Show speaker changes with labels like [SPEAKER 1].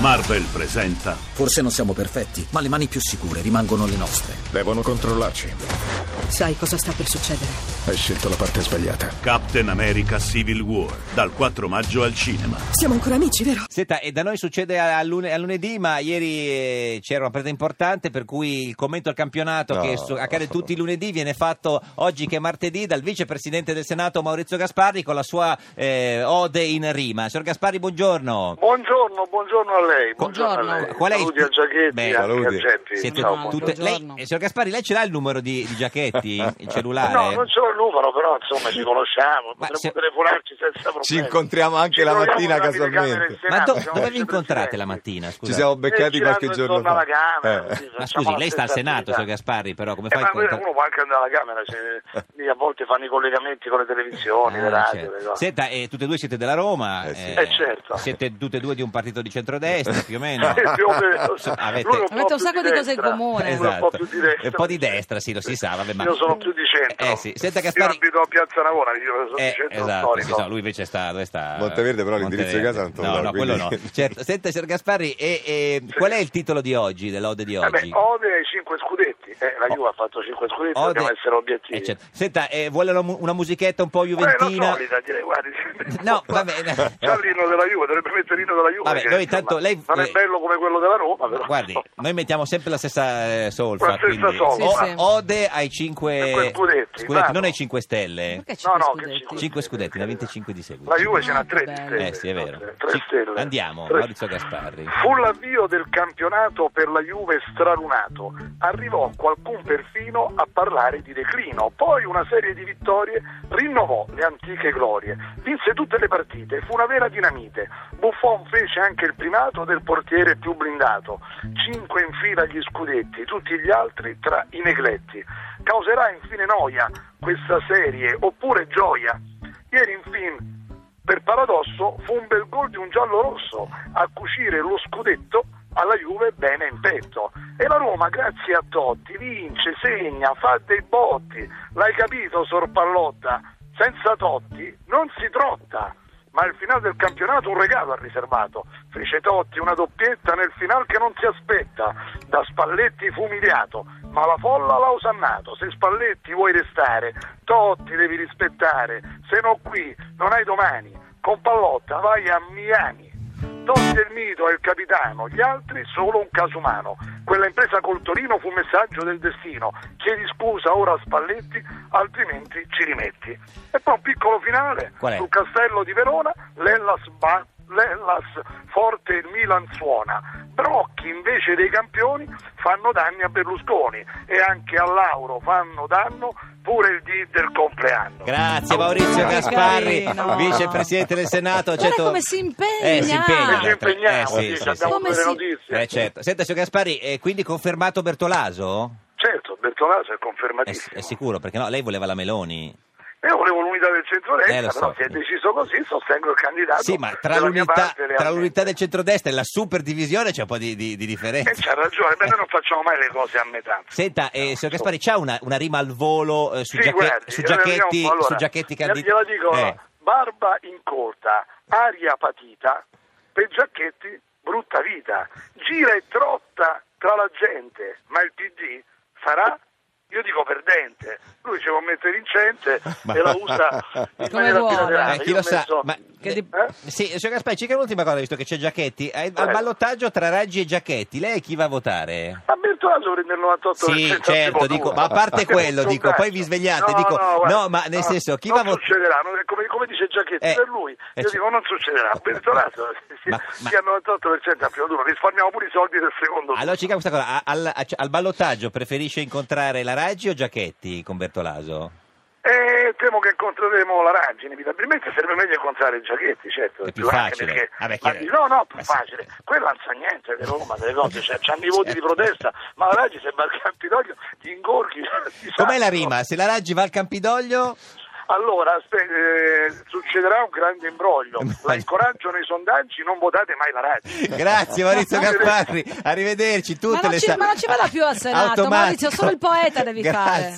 [SPEAKER 1] Marvel presenta
[SPEAKER 2] Forse non siamo perfetti, ma le mani più sicure rimangono le nostre.
[SPEAKER 3] Devono controllarci.
[SPEAKER 4] Sai cosa sta per succedere?
[SPEAKER 3] Hai scelto la parte sbagliata.
[SPEAKER 1] Captain America Civil War dal 4 maggio al cinema.
[SPEAKER 4] Siamo ancora amici, vero?
[SPEAKER 5] Senta, e da noi succede a, lune- a lunedì, ma ieri eh, c'era una partita importante, per cui il commento al campionato
[SPEAKER 3] No.
[SPEAKER 5] che su- accade tutti i lunedì viene fatto oggi che è martedì dal vicepresidente del Senato Maurizio Gasparri con la sua eh, ode in rima. Signor Gasparri, buongiorno.
[SPEAKER 6] Buongiorno, buongiorno a lei.
[SPEAKER 4] Buongiorno.
[SPEAKER 6] a lei.
[SPEAKER 5] Qual è il-
[SPEAKER 6] saluti a Giachetti
[SPEAKER 5] Beh,
[SPEAKER 6] e anche
[SPEAKER 3] saluti.
[SPEAKER 6] a Geppi.
[SPEAKER 5] Siete
[SPEAKER 6] Ciao,
[SPEAKER 4] No,
[SPEAKER 6] buongiorno.
[SPEAKER 5] tutte- lei-
[SPEAKER 4] buongiorno.
[SPEAKER 5] eh, signor Gasparri, lei ce l'ha il numero di, di Giachetti, il cellulare?
[SPEAKER 6] No, non ce l'ho il numero, però insomma ci conosciamo,
[SPEAKER 5] eh. Ma
[SPEAKER 6] potremmo
[SPEAKER 5] se-
[SPEAKER 6] telefonarci senza problemi.
[SPEAKER 7] Ci incontriamo anche la mattina casualmente.
[SPEAKER 5] Ma do- dove vi incontrate la mattina? Scusa.
[SPEAKER 7] Ci siamo beccati qualche giorno fa.
[SPEAKER 6] Eh, Alla camera,
[SPEAKER 7] Eh.
[SPEAKER 6] sì,
[SPEAKER 5] Ma
[SPEAKER 6] facciamo
[SPEAKER 5] scusi,
[SPEAKER 6] la
[SPEAKER 5] lei sta al
[SPEAKER 6] stessa
[SPEAKER 5] Senato,
[SPEAKER 6] attività.
[SPEAKER 5] signor Gasparri, però come
[SPEAKER 6] Eh,
[SPEAKER 5] fa
[SPEAKER 6] ma
[SPEAKER 5] il
[SPEAKER 6] quello
[SPEAKER 5] contatto?
[SPEAKER 6] uno può anche andare alla camera, se- lì a volte fanno i collegamenti con le televisioni, le
[SPEAKER 5] Ah,
[SPEAKER 6] radio,
[SPEAKER 5] certo.
[SPEAKER 6] le cose.
[SPEAKER 5] Senta, eh, tutte e due siete della Roma,
[SPEAKER 7] Eh, sì.
[SPEAKER 6] Eh, certo.
[SPEAKER 5] siete tutte e due di un partito di centrodestra più o meno.
[SPEAKER 6] Più o meno.
[SPEAKER 5] Avete-
[SPEAKER 6] Lui
[SPEAKER 5] Avete
[SPEAKER 6] po'
[SPEAKER 4] un
[SPEAKER 6] più
[SPEAKER 4] sacco di
[SPEAKER 6] destra.
[SPEAKER 4] cose in comune.
[SPEAKER 6] Lui Un po' più di destra.
[SPEAKER 5] un po' di destra, sì, lo Certo, si sa. Vabbè, ma...
[SPEAKER 6] Io sono più di centro.
[SPEAKER 5] Eh, sì. Senta,
[SPEAKER 6] Io
[SPEAKER 5] Gasparri-
[SPEAKER 6] abito a Piazza Navona, io sono
[SPEAKER 5] Eh,
[SPEAKER 6] di centro
[SPEAKER 5] esatto,
[SPEAKER 6] storico.
[SPEAKER 5] sì, so, lui invece sta dove sta?
[SPEAKER 7] Monteverde, però l'indirizzo di casa non te lo
[SPEAKER 5] No,
[SPEAKER 7] do,
[SPEAKER 5] no,
[SPEAKER 7] quindi-
[SPEAKER 5] quello no. Certo. Senta, Ser Gasparri, e, e qual è il titolo di oggi, dell'ode di
[SPEAKER 6] Vabbè,
[SPEAKER 5] oggi?
[SPEAKER 6] Eh Ode ai 5 scudetti, eh, la Juve ha fatto 5 scudetti,
[SPEAKER 5] Ode-
[SPEAKER 6] dobbiamo essere obiettivi.
[SPEAKER 5] Eh, certo. Senta, eh, vuole una, mu- una musichetta un po'
[SPEAKER 6] Eh,
[SPEAKER 5] juventina?
[SPEAKER 6] la solita, direi, guardi.
[SPEAKER 5] No, vabbè, no.
[SPEAKER 6] C'è il rino della Juve, dovrebbe mettere il rino della Juve.
[SPEAKER 5] Vabbè,
[SPEAKER 6] che,
[SPEAKER 5] noi intanto
[SPEAKER 6] insomma,
[SPEAKER 5] lei-
[SPEAKER 6] Non
[SPEAKER 5] lei-
[SPEAKER 6] è bello come quello della Roma, però.
[SPEAKER 5] Guardi, noi mettiamo sempre la stessa eh, solfa.
[SPEAKER 6] La stessa
[SPEAKER 5] quindi-
[SPEAKER 6] solfa.
[SPEAKER 5] O-
[SPEAKER 4] Sì, sì.
[SPEAKER 5] Ode ai 5
[SPEAKER 6] Cinque scudetti, bravo.
[SPEAKER 5] non ai 5 stelle.
[SPEAKER 4] Perché
[SPEAKER 6] No,
[SPEAKER 4] cinque
[SPEAKER 6] no, che
[SPEAKER 4] scudetti?
[SPEAKER 6] 5
[SPEAKER 5] Cinque scudetti, ne ha 25 di seguito.
[SPEAKER 6] La Juve ce n'ha
[SPEAKER 4] Ah,
[SPEAKER 6] 3
[SPEAKER 4] bello.
[SPEAKER 6] stelle.
[SPEAKER 5] Eh sì, è vero.
[SPEAKER 6] Tre
[SPEAKER 5] Ci-
[SPEAKER 6] stelle.
[SPEAKER 5] andiamo,
[SPEAKER 6] Tre-
[SPEAKER 5] Maurizio Gasparri.
[SPEAKER 6] Fu l'avvio del campionato per la Juve stralunato. Arrivò qualcun perfino a parlare di declino. Poi una serie di vittorie rinnovò le antiche glorie. Vinse tutte le partite, fu una vera dinamite. Buffon fece anche il primato del portiere più blindato. Cinque in fila gli scudetti, tutti gli altri tra i negletti. Causerà infine noia questa serie oppure gioia? Ieri infine per paradosso fu un bel gol di un giallo rosso a cucire lo scudetto alla Juve bene in petto e la Roma grazie a Totti vince, segna, fa dei botti l'hai capito Sor Pallotta senza Totti non si trotta ma il finale del campionato un regalo ha riservato fece Totti una doppietta nel finale che non si aspetta da Spalletti fu umiliato ma la folla l'ha osannato se Spalletti vuoi restare Totti devi rispettare se no qui non hai domani con Pallotta vai a Miami Totti è il mito, è il capitano, gli altri solo un caso umano. Quella impresa col Torino fu un messaggio del destino. Chiedi scusa ora a Spalletti, altrimenti ci rimetti. E poi un piccolo finale
[SPEAKER 5] Qual è?
[SPEAKER 6] sul castello di Verona, l'Ellas, ba- l'Hellas forte il Milan suona. Brocchi invece dei campioni fanno danni a Berlusconi e anche a Lauro fanno danno pure il D del compleanno.
[SPEAKER 5] Grazie Maurizio
[SPEAKER 4] Che
[SPEAKER 5] Gasparri,
[SPEAKER 4] carino.
[SPEAKER 5] vicepresidente del Senato.
[SPEAKER 4] Guarda come si impegna.
[SPEAKER 5] Eh, si impegna.
[SPEAKER 6] Ci impegniamo,
[SPEAKER 5] Eh, sì,
[SPEAKER 6] sì,
[SPEAKER 5] sì,
[SPEAKER 6] abbiamo
[SPEAKER 5] sì.
[SPEAKER 4] Come
[SPEAKER 6] delle
[SPEAKER 4] si-
[SPEAKER 6] notizie.
[SPEAKER 5] Eh, certo. Senta, signor Gasparri, eh, quindi confermato Bertolaso?
[SPEAKER 6] Certo, Bertolaso è
[SPEAKER 5] È,
[SPEAKER 6] confermatissimo.
[SPEAKER 5] Eh, è sicuro, perché no, lei voleva la Meloni.
[SPEAKER 6] Io volevo l'unità del
[SPEAKER 5] Eh, lo
[SPEAKER 6] centrodestra,
[SPEAKER 5] so.
[SPEAKER 6] però se è deciso così sostengo il candidato.
[SPEAKER 5] Sì, ma tra
[SPEAKER 6] della Ah, mia
[SPEAKER 5] l'unità,
[SPEAKER 6] parte,
[SPEAKER 5] tra
[SPEAKER 6] realmente.
[SPEAKER 5] l'unità del centrodestra e la superdivisione c'è un po' di, di- di differenza.
[SPEAKER 6] E Eh, c'ha ragione, beh, noi non facciamo mai le cose a metà.
[SPEAKER 5] Senta, eh, signor Gaspari, c'ha una, una rima al volo eh, su,
[SPEAKER 6] Sì,
[SPEAKER 5] giacche-
[SPEAKER 6] guardi,
[SPEAKER 5] su
[SPEAKER 6] io ne vediamo
[SPEAKER 5] giacchetti,
[SPEAKER 6] un po', allora,
[SPEAKER 5] su giacchetti candidi-
[SPEAKER 6] Gliela dico,
[SPEAKER 5] Eh,
[SPEAKER 6] barba incolta, aria patita, per giacchetti brutta vita, gira e trotta tra la gente, ma il PD sarà... Io dico perdente, lui ci può mettere vincente e la usa in
[SPEAKER 4] Come
[SPEAKER 6] maniera
[SPEAKER 4] vuole.
[SPEAKER 6] bilaterale.
[SPEAKER 5] eh, chi
[SPEAKER 6] Ah, Io
[SPEAKER 5] lo
[SPEAKER 6] ho
[SPEAKER 5] sa,
[SPEAKER 6] messo-
[SPEAKER 5] ma...
[SPEAKER 4] Che di-
[SPEAKER 6] Eh?
[SPEAKER 5] Sì, signor Gaspari, c'è anche un'ultima cosa, visto che c'è Giacchetti. Eh, Al
[SPEAKER 6] Eh.
[SPEAKER 5] ballottaggio tra Raggi e Giacchetti, lei chi va a votare?
[SPEAKER 6] Ma Bertolaso prende il 98%
[SPEAKER 5] Sì,
[SPEAKER 6] al
[SPEAKER 5] certo,
[SPEAKER 6] primo
[SPEAKER 5] dico,
[SPEAKER 6] turno.
[SPEAKER 5] ma a parte
[SPEAKER 6] Perché
[SPEAKER 5] quello,
[SPEAKER 6] è un
[SPEAKER 5] dico, poi
[SPEAKER 6] sondaggio.
[SPEAKER 5] vi svegliate,
[SPEAKER 6] no,
[SPEAKER 5] dico,
[SPEAKER 6] no, guarda,
[SPEAKER 5] no, ma nel senso, chi
[SPEAKER 6] non
[SPEAKER 5] va a votare?
[SPEAKER 6] succederà, non è come, come dice Giacchetti,
[SPEAKER 5] Eh,
[SPEAKER 6] per lui,
[SPEAKER 5] eh,
[SPEAKER 6] io
[SPEAKER 5] sì.
[SPEAKER 6] dico non succederà, Bertolaso si,
[SPEAKER 5] Ma-
[SPEAKER 6] si al 98% al primo turno, risparmiamo pure i soldi del secondo turno.
[SPEAKER 5] Allora ci dica questa cosa, a- al, a- al ballottaggio preferisce incontrare la Raggi o Giacchetti con Bertolaso?
[SPEAKER 6] E temo che incontreremo la Raggi, inevitabilmente sarebbe meglio incontrare Giacchetti, certo.
[SPEAKER 5] È più
[SPEAKER 6] anche
[SPEAKER 5] facile.
[SPEAKER 6] Perché,
[SPEAKER 5] Vabbè, chi-
[SPEAKER 6] ma di- no, no, più
[SPEAKER 5] Ma sì.
[SPEAKER 6] facile. Quella non sa niente di Roma, delle cose, cioè, c'hanno i voti
[SPEAKER 5] Certo.
[SPEAKER 6] di protesta, ma la Raggi se va al Campidoglio ti ingorghi. ti
[SPEAKER 5] Com'è la
[SPEAKER 6] saltano.
[SPEAKER 5] rima? Se la Raggi va al Campidoglio...
[SPEAKER 6] Allora, aspe- eh, succederà un grande imbroglio. La incoraggiano i sondaggi, non votate mai la Raggi.
[SPEAKER 5] Grazie Maurizio Gasparri, arrivederci tutte
[SPEAKER 4] Ma non
[SPEAKER 5] le
[SPEAKER 4] ci-
[SPEAKER 5] sa-
[SPEAKER 4] ma non ci vada più al Senato,
[SPEAKER 5] Automatico.
[SPEAKER 4] Maurizio, solo il poeta devi
[SPEAKER 5] Grazie.
[SPEAKER 4] fare.